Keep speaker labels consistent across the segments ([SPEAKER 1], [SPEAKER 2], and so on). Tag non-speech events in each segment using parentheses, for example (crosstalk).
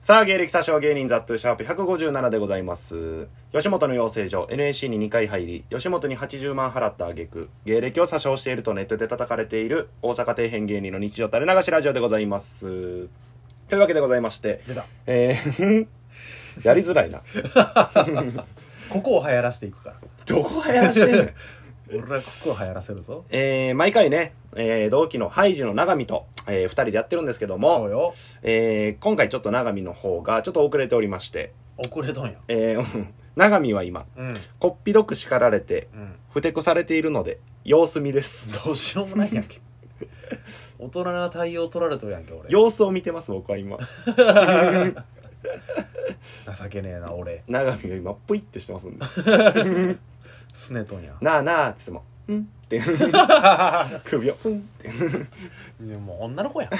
[SPEAKER 1] さあ、芸歴詐称芸人ザットゥシャープ157でございます。吉本の養成所 NAC に2回入り、吉本に80万払った挙句、芸歴を詐称しているとネットで叩かれている大阪底辺芸人の日常垂れ流しラジオでございます。というわけでございまして、
[SPEAKER 2] 出た
[SPEAKER 1] えー、やりづらいな。
[SPEAKER 2] ここを流行らせていくから
[SPEAKER 1] どこはやらしてんねん。
[SPEAKER 2] (laughs) 俺はここを流行らせるぞ
[SPEAKER 1] (laughs) えー、毎回ね、えー、同期のハイジの長見と、えー、2人でやってるんですけど
[SPEAKER 2] そう
[SPEAKER 1] も、
[SPEAKER 2] よ
[SPEAKER 1] えー、今回ちょっと長見の方がちょっと遅れておりまして、
[SPEAKER 2] 遅れとんや
[SPEAKER 1] えー、うん長見は今、
[SPEAKER 2] うん
[SPEAKER 1] こっぴどく叱られて、
[SPEAKER 2] うん
[SPEAKER 1] ふてこされているので、様子見です。
[SPEAKER 2] どうしようもないやんけ (laughs) 大人な対応取られとるやんけ俺
[SPEAKER 1] 様子を見てます、僕は今。
[SPEAKER 2] 情けねえな俺
[SPEAKER 1] 長見が今、ぷいってしてますんで。
[SPEAKER 2] すねとんや
[SPEAKER 1] なあなあ、つっても、うんって、首を、うんって。 (laughs)
[SPEAKER 2] いやもう女の (laughs) 子やん、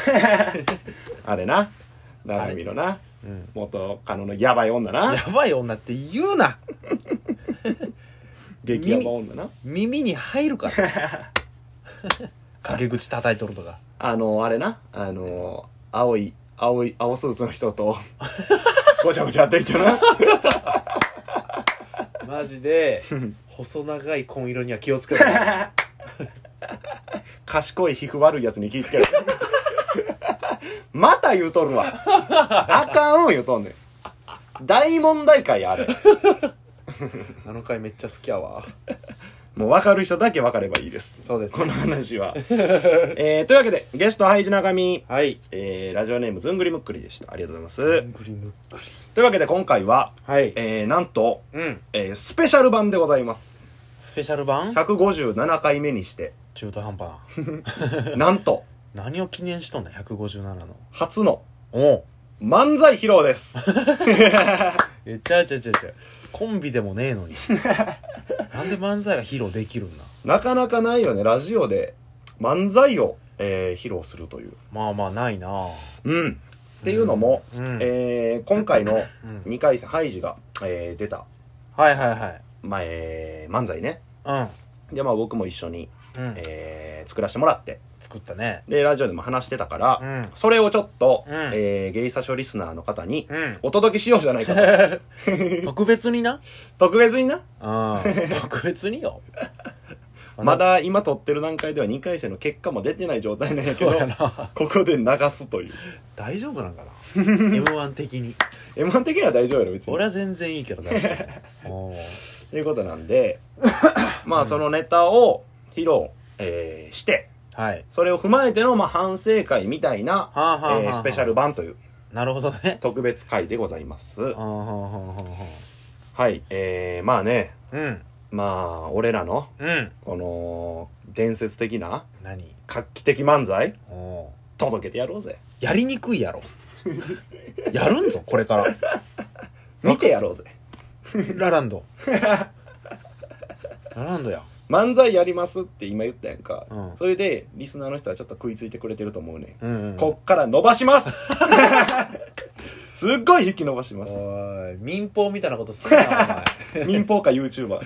[SPEAKER 1] あれな、長見のな、
[SPEAKER 2] うん、
[SPEAKER 1] 元カノのやばい女な、
[SPEAKER 2] やばい女って言うな
[SPEAKER 1] 激ヤバ女な。
[SPEAKER 2] 耳に入るから (laughs) 陰口叩いとるとか
[SPEAKER 1] あの、あれな、あの、青い、青い、青スーツの人と、ごちゃごちゃやってきてな。
[SPEAKER 2] マジ (laughs) で細長い紺色には気をつけ (laughs) ろ
[SPEAKER 1] 賢い皮膚悪いやつに気ぃつけろまた言うとるわあかん言うとんねん大問題かやあれ
[SPEAKER 2] あの回めっちゃ好きやわ
[SPEAKER 1] もう分かる人だけ分かればいいです
[SPEAKER 2] そうですね
[SPEAKER 1] この話はえー、というわけでゲストハイジ中身
[SPEAKER 2] はい
[SPEAKER 1] えー、ラジオネームずんぐりむっくりでしたありがとうござい
[SPEAKER 2] む
[SPEAKER 1] ま
[SPEAKER 2] っ
[SPEAKER 1] す
[SPEAKER 2] くりむっくり
[SPEAKER 1] というわけで今回は、
[SPEAKER 2] はい
[SPEAKER 1] えー、なんと、
[SPEAKER 2] うん
[SPEAKER 1] えー、スペシャル版でございます
[SPEAKER 2] スペシャル版
[SPEAKER 1] 157回目にして
[SPEAKER 2] 中途半端な
[SPEAKER 1] なんと
[SPEAKER 2] 何を記念しとんだ157の
[SPEAKER 1] 初の
[SPEAKER 2] おう
[SPEAKER 1] 漫才披露です
[SPEAKER 2] えちゃうちゃうちゃうちゃうコンビでもねえのになんで漫才が披露できるんだ
[SPEAKER 1] なかなかないよね、ラジオで漫才を、えー披露するという。
[SPEAKER 2] まあまあないなあ
[SPEAKER 1] うん。っていうのも、
[SPEAKER 2] うん
[SPEAKER 1] えー今回の
[SPEAKER 2] うん
[SPEAKER 1] 2回戦、ハイジが、えー出た、
[SPEAKER 2] はいはいはい
[SPEAKER 1] まあえー漫才ね。
[SPEAKER 2] うん
[SPEAKER 1] で、まあ僕も一緒に、
[SPEAKER 2] うん、
[SPEAKER 1] えー作らせてもらって、
[SPEAKER 2] 作ったね
[SPEAKER 1] で、ラジオでも話してたから、
[SPEAKER 2] うん
[SPEAKER 1] それをちょっと、
[SPEAKER 2] うん
[SPEAKER 1] えーゲイサショリスナーの方に、
[SPEAKER 2] うん
[SPEAKER 1] お届けしようじゃないかと。
[SPEAKER 2] (laughs) 特別にな
[SPEAKER 1] 特別にな。
[SPEAKER 2] うん特別によ
[SPEAKER 1] まだ今撮ってる段階では2回戦の結果も出てない状態なんやけ
[SPEAKER 2] そう
[SPEAKER 1] ど (laughs)
[SPEAKER 2] や、な
[SPEAKER 1] ここで流すという。
[SPEAKER 2] 大丈夫なんかな m 1的に
[SPEAKER 1] M1 的には大丈夫やろ、別に。
[SPEAKER 2] 俺は全然いいけど大丈夫おー
[SPEAKER 1] ということなん
[SPEAKER 2] (laughs)
[SPEAKER 1] でまあそのネタを披露、えーして
[SPEAKER 2] はい
[SPEAKER 1] それを踏まえてのまあ反省会みたいな、
[SPEAKER 2] あはあはあはあ
[SPEAKER 1] えースペシャル版という
[SPEAKER 2] なるほどね
[SPEAKER 1] 特別会でございます
[SPEAKER 2] うんうんうんうんうん
[SPEAKER 1] はいえー、まあね
[SPEAKER 2] うん
[SPEAKER 1] まあ俺らの
[SPEAKER 2] うん
[SPEAKER 1] この伝説的な
[SPEAKER 2] 何
[SPEAKER 1] 画期的漫才
[SPEAKER 2] おー
[SPEAKER 1] 届けてやろうぜ
[SPEAKER 2] やりにくいやろやるんぞこれから
[SPEAKER 1] 見てやろうぜ
[SPEAKER 2] ラランドラランドや
[SPEAKER 1] 漫才やりますって今言ったやんか、
[SPEAKER 2] うん
[SPEAKER 1] それでリスナーの人はちょっと食いついてくれてると思うねん
[SPEAKER 2] うんうん
[SPEAKER 1] こっから伸ばします
[SPEAKER 2] (laughs)
[SPEAKER 1] すっごい引き伸ばしま
[SPEAKER 2] お
[SPEAKER 1] す
[SPEAKER 2] い民放みたいなことするなお前
[SPEAKER 1] (laughs) 民放か YouTuber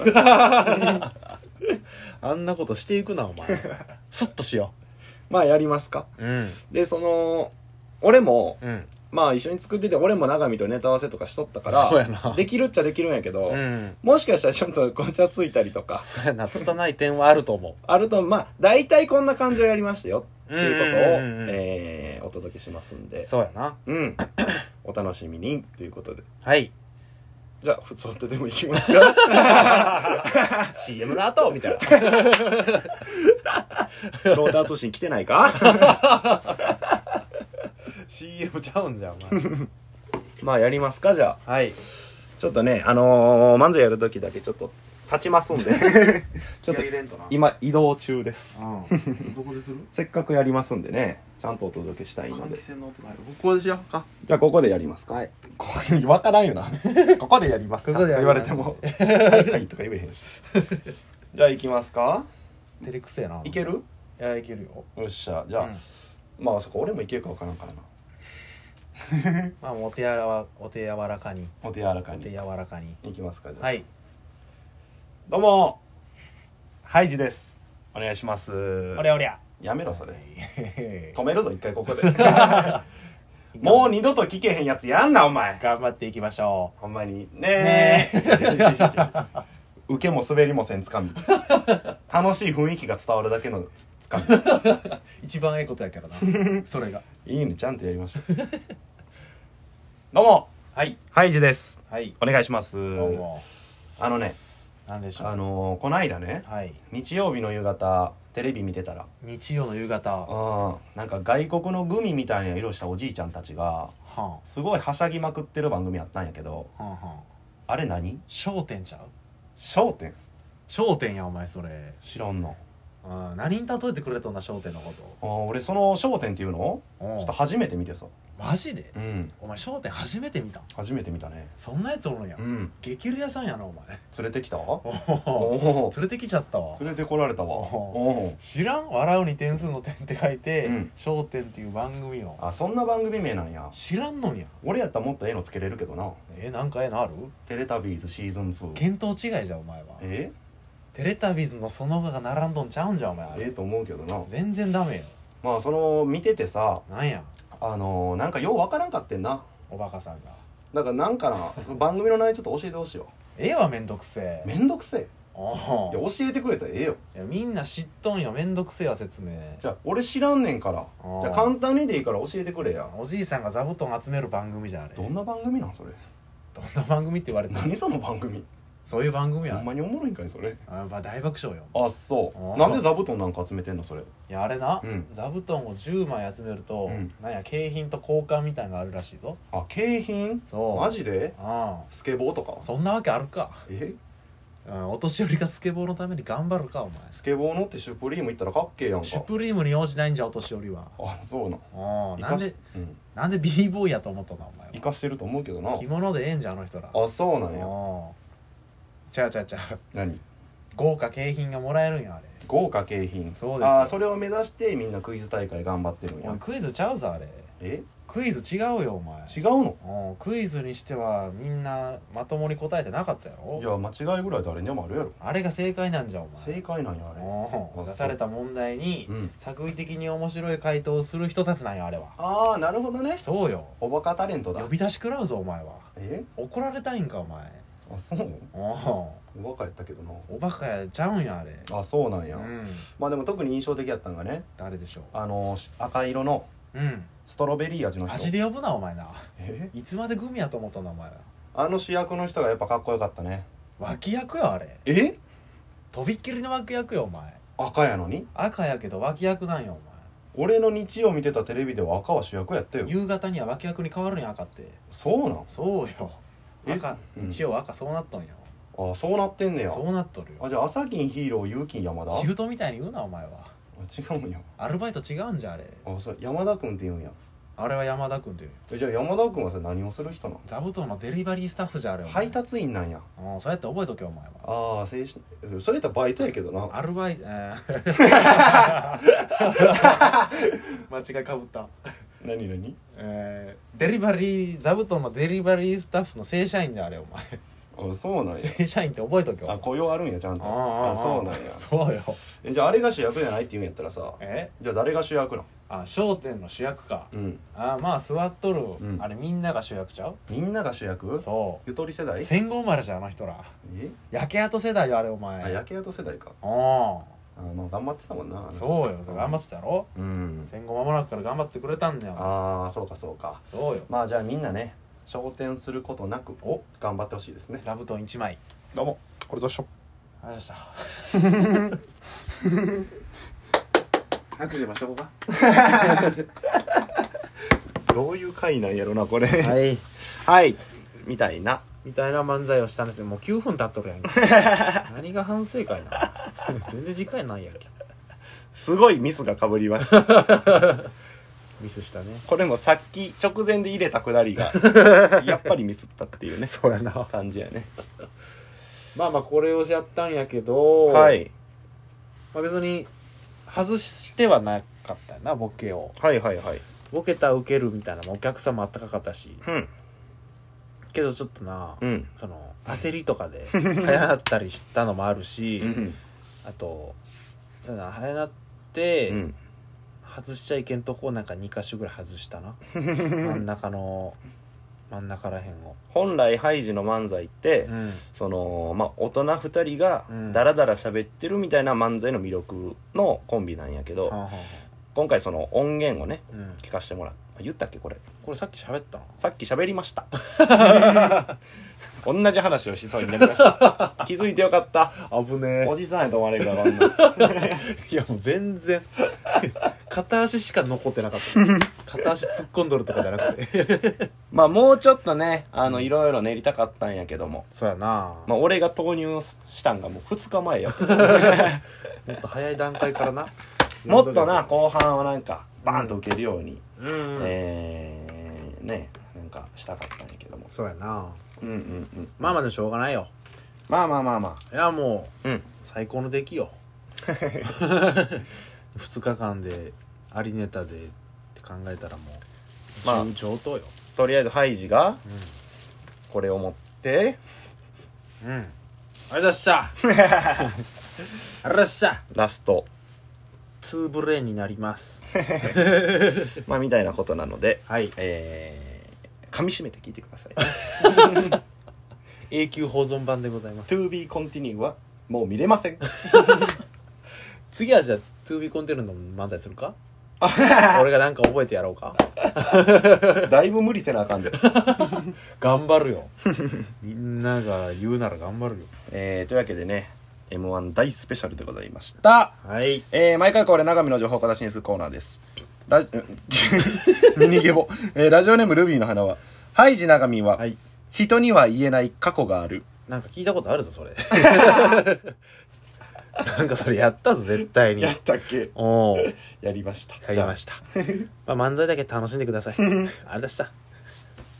[SPEAKER 2] あんなことしていくなお前スッとしよ
[SPEAKER 1] まあやりますか
[SPEAKER 2] ううん
[SPEAKER 1] でその俺も
[SPEAKER 2] うん
[SPEAKER 1] まあ一緒に作ってて俺も永見とネタ合わせとかしとったか
[SPEAKER 2] そうや
[SPEAKER 1] ら
[SPEAKER 2] な
[SPEAKER 1] できるっちゃできるんやけど、
[SPEAKER 2] うん
[SPEAKER 1] もしかしたらちょっとごちゃついたりとか
[SPEAKER 2] そうやな拙い点はあると思
[SPEAKER 1] あるとまあ大体こんな感じをやりましたよっていうことを
[SPEAKER 2] うんうんうんうん
[SPEAKER 1] えーお届けしますん
[SPEAKER 2] う
[SPEAKER 1] で
[SPEAKER 2] そうやな (coughs)
[SPEAKER 1] うんお楽しみにということで
[SPEAKER 2] はい
[SPEAKER 1] じゃあ普通ってでもいきますか
[SPEAKER 2] (laughs) CM の後みたいな
[SPEAKER 1] (laughs) ローター通信来てないか (laughs)
[SPEAKER 2] CM ちゃうんじゃんお前
[SPEAKER 1] まあやりますかじゃあ
[SPEAKER 2] はい
[SPEAKER 1] ちょっとね、あのー、漫才やるときだけちょっと立ちますんで。ちょっと
[SPEAKER 2] れんとな
[SPEAKER 1] (laughs) 今移動中です。
[SPEAKER 2] うんどこでする
[SPEAKER 1] せっかくやりますんでね、ちゃんとお届けしたいので。
[SPEAKER 2] 線の音が入るここでしようか
[SPEAKER 1] じゃあここでやりますか。はい。ここで、わからんよ
[SPEAKER 2] (laughs)
[SPEAKER 1] な。ここでやりますか
[SPEAKER 2] こことで
[SPEAKER 1] か
[SPEAKER 2] やり
[SPEAKER 1] 言われ
[SPEAKER 2] ま
[SPEAKER 1] て
[SPEAKER 2] す
[SPEAKER 1] も。はいはいとか言えへん (laughs) し。じゃあ行きますか
[SPEAKER 2] 照れくせえない
[SPEAKER 1] ける
[SPEAKER 2] いやいけるよ
[SPEAKER 1] よっしゃ。じゃあ、まあそこ俺もいけるかわからんからな。
[SPEAKER 2] まあお手やわお手柔らかに
[SPEAKER 1] お手柔らか
[SPEAKER 2] お手
[SPEAKER 1] に。
[SPEAKER 2] 柔らかに
[SPEAKER 1] いきますか、じゃあ。
[SPEAKER 2] はい
[SPEAKER 1] どうもハイジです。お願いします。
[SPEAKER 2] おりゃおりゃ
[SPEAKER 1] やめろ、それ。
[SPEAKER 2] へへへ (laughs)
[SPEAKER 1] 止めるぞ、一回ここで。 (laughs) もう二度と聞けへんやつやんなお前
[SPEAKER 2] 頑張っていきましょ
[SPEAKER 1] ほんまにねえ (laughs) 受けも滑りもせんつかみ楽しい雰囲気が伝わるだけのつつかみ
[SPEAKER 2] う一番ええことや (laughs) からなそれが
[SPEAKER 1] いいねちゃんとやりましょ
[SPEAKER 2] (laughs)
[SPEAKER 1] うどうも
[SPEAKER 2] はい
[SPEAKER 1] ハイジです
[SPEAKER 2] はい
[SPEAKER 1] お願いします
[SPEAKER 2] どうも
[SPEAKER 1] あのね
[SPEAKER 2] 何でしょ
[SPEAKER 1] あ
[SPEAKER 2] う
[SPEAKER 1] のーこないだね
[SPEAKER 2] はい
[SPEAKER 1] 日曜日の夕方テレビ見てたら
[SPEAKER 2] 日曜の夕方は
[SPEAKER 1] あなんか外国のグミみたいな色したおじいちゃんたちが
[SPEAKER 2] んは
[SPEAKER 1] すごいはしゃぎまくってる番組あったんやけど
[SPEAKER 2] んはん
[SPEAKER 1] あれ何
[SPEAKER 2] 『笑点』ちゃう
[SPEAKER 1] 『笑点
[SPEAKER 2] 『笑点』やお前それ』
[SPEAKER 1] 知らんの
[SPEAKER 2] うん何に例えてくれとんな『笑点』のこ
[SPEAKER 1] あ
[SPEAKER 2] と
[SPEAKER 1] ー俺その『笑点』っていうのを
[SPEAKER 2] うん
[SPEAKER 1] ちょっと初めて見てさ
[SPEAKER 2] マジで
[SPEAKER 1] うん
[SPEAKER 2] お前『笑点』初めて見たん
[SPEAKER 1] 初めて見たね
[SPEAKER 2] そんなやつおるんや
[SPEAKER 1] うん
[SPEAKER 2] 激レアさんやなお前
[SPEAKER 1] 連れてきたお
[SPEAKER 2] おお
[SPEAKER 1] お
[SPEAKER 2] (laughs) 連れてきちゃったわ
[SPEAKER 1] 連れてこられたわ
[SPEAKER 2] お
[SPEAKER 1] お
[SPEAKER 2] 知らん笑うに点数の点って書いて
[SPEAKER 1] うん
[SPEAKER 2] 『笑点』っていう番組を
[SPEAKER 1] おあそんな番組名なんや
[SPEAKER 2] 知らんのんや
[SPEAKER 1] 俺やったらもっとええのつけれるけどな
[SPEAKER 2] えなんかええのある
[SPEAKER 1] 「テレタビーズシーズン2」
[SPEAKER 2] 見当違いじゃんお前は
[SPEAKER 1] え
[SPEAKER 2] テレタビズのその他が並んどんちゃうんじゃんお前あ
[SPEAKER 1] え
[SPEAKER 2] れ
[SPEAKER 1] えと思うけどな
[SPEAKER 2] 全然ダメよ
[SPEAKER 1] まあその見ててさ
[SPEAKER 2] なんや
[SPEAKER 1] あのーなんかようわからんかってんな
[SPEAKER 2] おバカさんが
[SPEAKER 1] だからなんかな番組の内容ちょっと教えてほしいよ
[SPEAKER 2] ええわめんどくせえ
[SPEAKER 1] めんどくせえ
[SPEAKER 2] お
[SPEAKER 1] いや
[SPEAKER 2] う
[SPEAKER 1] 教えてくれたらええよ
[SPEAKER 2] いやみんな知っとんよめんどくせえわ説明
[SPEAKER 1] じゃあ俺知らんねんから
[SPEAKER 2] うん
[SPEAKER 1] じゃあ簡単にでいいから教えてくれや
[SPEAKER 2] おじいさんが座布団集める番組じゃんあれ
[SPEAKER 1] どんな番組なんそれ
[SPEAKER 2] どんな番組って言われても
[SPEAKER 1] (laughs) 何その番組
[SPEAKER 2] そういう番組や
[SPEAKER 1] ほんまにおもろいんかいそれ
[SPEAKER 2] あまあ大爆笑よ
[SPEAKER 1] あそ
[SPEAKER 2] あ
[SPEAKER 1] うなんで座布団なんか集めてんのそれ
[SPEAKER 2] いやあれな、
[SPEAKER 1] うん
[SPEAKER 2] 座布団を10枚集めると、
[SPEAKER 1] うん
[SPEAKER 2] なんや景品と交換みたいなのがあるらしいぞ
[SPEAKER 1] あ景品
[SPEAKER 2] そう
[SPEAKER 1] マジで
[SPEAKER 2] あ
[SPEAKER 1] スケボーとか
[SPEAKER 2] あそんなわけあるか、
[SPEAKER 1] え
[SPEAKER 2] うん、お年寄りがスケボーのために頑張るかお前
[SPEAKER 1] スケボー乗ってシュプリーム行ったらかっけえやんか
[SPEAKER 2] シュプリームに用事ないんじゃお年寄りは
[SPEAKER 1] あそうなん
[SPEAKER 2] お
[SPEAKER 1] 生
[SPEAKER 2] な
[SPEAKER 1] か
[SPEAKER 2] ん
[SPEAKER 1] し
[SPEAKER 2] で
[SPEAKER 1] うん
[SPEAKER 2] なんで b ボーイやと思ったなお前
[SPEAKER 1] 生
[SPEAKER 2] は
[SPEAKER 1] かしてると思うけどな
[SPEAKER 2] 着物でええんじゃんあの人ら
[SPEAKER 1] あそうなんや
[SPEAKER 2] おちゃうちゃうちゃう
[SPEAKER 1] 何
[SPEAKER 2] 豪華景品がもらえるんやあれ
[SPEAKER 1] 豪華景品
[SPEAKER 2] そうですよ
[SPEAKER 1] あーそれを目指してみんなクイズ大会頑張ってるん
[SPEAKER 2] お
[SPEAKER 1] や
[SPEAKER 2] いクイズちゃうぞあれ
[SPEAKER 1] え
[SPEAKER 2] クイズ違うよお前
[SPEAKER 1] 違うの
[SPEAKER 2] おクイズにしてはみんなまともに答えてなかったやろ
[SPEAKER 1] いや間違いぐらい誰にでもあるやろ
[SPEAKER 2] あれが正解なんじゃんお前
[SPEAKER 1] 正解なんやあれ
[SPEAKER 2] お
[SPEAKER 1] あ
[SPEAKER 2] 出された問題に、
[SPEAKER 1] うん
[SPEAKER 2] 作為的に面白い回答をする人たちなんやあれは
[SPEAKER 1] ああなるほどね
[SPEAKER 2] そうよ
[SPEAKER 1] おバカタレントだ
[SPEAKER 2] 呼び出し食らうぞお前は
[SPEAKER 1] え
[SPEAKER 2] 怒られたいんかお前
[SPEAKER 1] あそう
[SPEAKER 2] おお
[SPEAKER 1] おバカやったけどな
[SPEAKER 2] おバカやちゃうんやあれ
[SPEAKER 1] あそうなんや、
[SPEAKER 2] うん
[SPEAKER 1] まあでも特に印象的やったんがね
[SPEAKER 2] 誰でしょ
[SPEAKER 1] あのし赤色の
[SPEAKER 2] ううん
[SPEAKER 1] ストロベリー味の人
[SPEAKER 2] 味で呼ぶなお前な
[SPEAKER 1] え
[SPEAKER 2] いつまでグミやと思ったんだお前は
[SPEAKER 1] あの主役の人がやっぱかっこよかったね
[SPEAKER 2] 脇役よあれ
[SPEAKER 1] え
[SPEAKER 2] とびっきりの脇役よお前
[SPEAKER 1] 赤やのに
[SPEAKER 2] 赤やけど脇役なんよ
[SPEAKER 1] 俺の日曜見てたテレビでは赤は主役やった
[SPEAKER 2] お
[SPEAKER 1] よ
[SPEAKER 2] 前夕方には脇役に変わるんや赤って
[SPEAKER 1] そうなん
[SPEAKER 2] そうよ
[SPEAKER 1] え
[SPEAKER 2] 赤
[SPEAKER 1] うん
[SPEAKER 2] 一応赤そうなっとんよ、
[SPEAKER 1] あそうなってんねや
[SPEAKER 2] そうなっとるよ
[SPEAKER 1] あじゃあ朝金ヒーロー勇金山田
[SPEAKER 2] シフトみたいに言うなお前は
[SPEAKER 1] あ違うんや
[SPEAKER 2] アルバイト違うんじゃあれ
[SPEAKER 1] あそう山田君って言うんや
[SPEAKER 2] あれは山田君というよ
[SPEAKER 1] えじゃあ山田君はさ何をする人なの
[SPEAKER 2] 座布団のデリバリースタッフじゃあれお前
[SPEAKER 1] 配達員なんや
[SPEAKER 2] うんそうやって覚えとけお前は
[SPEAKER 1] ああ精神それやったらバイトやけどな
[SPEAKER 2] アルバイト、えー、
[SPEAKER 1] (laughs)
[SPEAKER 2] 間違いかぶった、
[SPEAKER 1] 何何
[SPEAKER 2] えー、デリバリー座布団のデリバリースタッフの正社員じゃあれお前 (laughs)
[SPEAKER 1] あそうなんや
[SPEAKER 2] 正社員って覚えとけよ
[SPEAKER 1] あ雇用あるんやちゃんとあそうなんや
[SPEAKER 2] そうよ
[SPEAKER 1] えじゃああれが主役じゃないって言うんやったらさ
[SPEAKER 2] え
[SPEAKER 1] じゃあ誰が主役なん
[SPEAKER 2] あ商店の主役か、
[SPEAKER 1] うん
[SPEAKER 2] あまあ座っとる、
[SPEAKER 1] うん
[SPEAKER 2] あれみんなが主役ちゃう
[SPEAKER 1] みんなが主役
[SPEAKER 2] そ
[SPEAKER 1] ゆとり世代
[SPEAKER 2] う戦後生まれじゃんあの人ら
[SPEAKER 1] え
[SPEAKER 2] 焼け跡世代よあれお
[SPEAKER 1] あ
[SPEAKER 2] 前
[SPEAKER 1] 焼け跡世代か
[SPEAKER 2] お
[SPEAKER 1] あまあ頑張ってたもんな
[SPEAKER 2] そうよ頑張ってたやろ
[SPEAKER 1] うん
[SPEAKER 2] 戦後間もなくから頑張ってくれたんだよ
[SPEAKER 1] ああそうかそうか
[SPEAKER 2] そうよ
[SPEAKER 1] まあじゃあみんなね昇天することなく
[SPEAKER 2] お
[SPEAKER 1] 頑張ってほしいですね
[SPEAKER 2] 座布団1枚
[SPEAKER 1] どうもこれどうしよ
[SPEAKER 2] ありがとうございました
[SPEAKER 1] う拍手しましょう (laughs) かどういう回なんやろなこれはい、
[SPEAKER 2] い
[SPEAKER 1] みたいな
[SPEAKER 2] みたいな漫才をしたんですけどもう9分経っとるや (laughs) んけ何が反省会な (laughs) 全然時間ないやんけ
[SPEAKER 1] すごいミスがかぶりました
[SPEAKER 2] ミスしたね
[SPEAKER 1] これもさっき直前で入れたくだり
[SPEAKER 2] (laughs)
[SPEAKER 1] がやっぱりミスったっていうね
[SPEAKER 2] そうやな
[SPEAKER 1] 感じやね
[SPEAKER 2] まあまあこれをやったんやけど、
[SPEAKER 1] はい
[SPEAKER 2] まあ、別に外してはなかったよなボケを
[SPEAKER 1] はいはいはい
[SPEAKER 2] ボケた受けるみたいなもお客さんもあったかかったし
[SPEAKER 1] うん
[SPEAKER 2] けどちょっとな、
[SPEAKER 1] うん
[SPEAKER 2] その焦りとかで (laughs) 早なったりしたのもあるし、
[SPEAKER 1] うん
[SPEAKER 2] あとだから早なって、
[SPEAKER 1] うん
[SPEAKER 2] 外しちゃいけんとこなんか2箇所ぐらい外した (laughs) な真ん中の真ん中らへんを
[SPEAKER 1] 本来ハイジの漫才って、
[SPEAKER 2] うん
[SPEAKER 1] そのまあ大人2人が
[SPEAKER 2] うん
[SPEAKER 1] ダラダラ喋ってるみたいな漫才の魅力のコンビなんやけど、
[SPEAKER 2] はんはんはん
[SPEAKER 1] 今回その音源をね
[SPEAKER 2] うん
[SPEAKER 1] 聞かせてもらった言ったっけこれ
[SPEAKER 2] これさっき喋ったの
[SPEAKER 1] さっき喋りました
[SPEAKER 2] (laughs)
[SPEAKER 1] 同じ話をしそうになりました気づいてよかった
[SPEAKER 2] 危ね
[SPEAKER 1] おじさんやと思われるからこんない
[SPEAKER 2] やもう全 (laughs) 然片足しか残ってなか (laughs) った片足突っ込んどるとかじゃなくて
[SPEAKER 1] まあもうちょっとねあのいろいろ練りたかったんやけども
[SPEAKER 2] そうやな、
[SPEAKER 1] まあ俺が投入したんがもう2日前や
[SPEAKER 2] (laughs)
[SPEAKER 1] った
[SPEAKER 2] もっと早い段階からな
[SPEAKER 1] もっとな後半はなんかバーンと受けるように、
[SPEAKER 2] うんうん、
[SPEAKER 1] えー、ねなんかしたかったんやけども
[SPEAKER 2] そうやな
[SPEAKER 1] うんうんうん
[SPEAKER 2] まあまあでもしょうがないよ
[SPEAKER 1] まあまあまあま
[SPEAKER 2] いやもう
[SPEAKER 1] あうん
[SPEAKER 2] 最高の出来 (laughs) よ2日間でありネタでって考えたらもう、
[SPEAKER 1] まあ
[SPEAKER 2] 上上等よ
[SPEAKER 1] とりあえずハイジがこれを持って
[SPEAKER 2] うん、うん、ありがとうございました (laughs) ありがとうございました
[SPEAKER 1] ラスト
[SPEAKER 2] ツーブレーンになります
[SPEAKER 1] まあみたいなことなので
[SPEAKER 2] はい
[SPEAKER 1] えー、噛み締めて聞いてくだ
[SPEAKER 2] (laughs)
[SPEAKER 1] さい
[SPEAKER 2] 永久保存版でございます
[SPEAKER 1] To be continue はもう見れません
[SPEAKER 2] 次はじゃあ 2B コンテルの漫才する (laughs) か俺がなんか覚えてやろうか
[SPEAKER 1] だいぶ無理せなあかんで、
[SPEAKER 2] 頑張るよ (laughs) みんなが言うなら頑張るよ
[SPEAKER 1] えー、というわけでね m 1大スペシャルでございました
[SPEAKER 2] だはい
[SPEAKER 1] えー、毎回これ長見の情報を形にするコーナーです。ラジ、ミ (laughs) ニゲボ。えー、ラジオネームルビーの花は、ハイジ長見は、
[SPEAKER 2] はい
[SPEAKER 1] 人には言えない過去がある。
[SPEAKER 2] なんか聞いたことあるぞそれ (laughs) なんかそれやったぞ絶対に
[SPEAKER 1] たっけ
[SPEAKER 2] おおや
[SPEAKER 1] やりました。
[SPEAKER 2] りましたまあ漫才だけ楽しんでくださいあれでした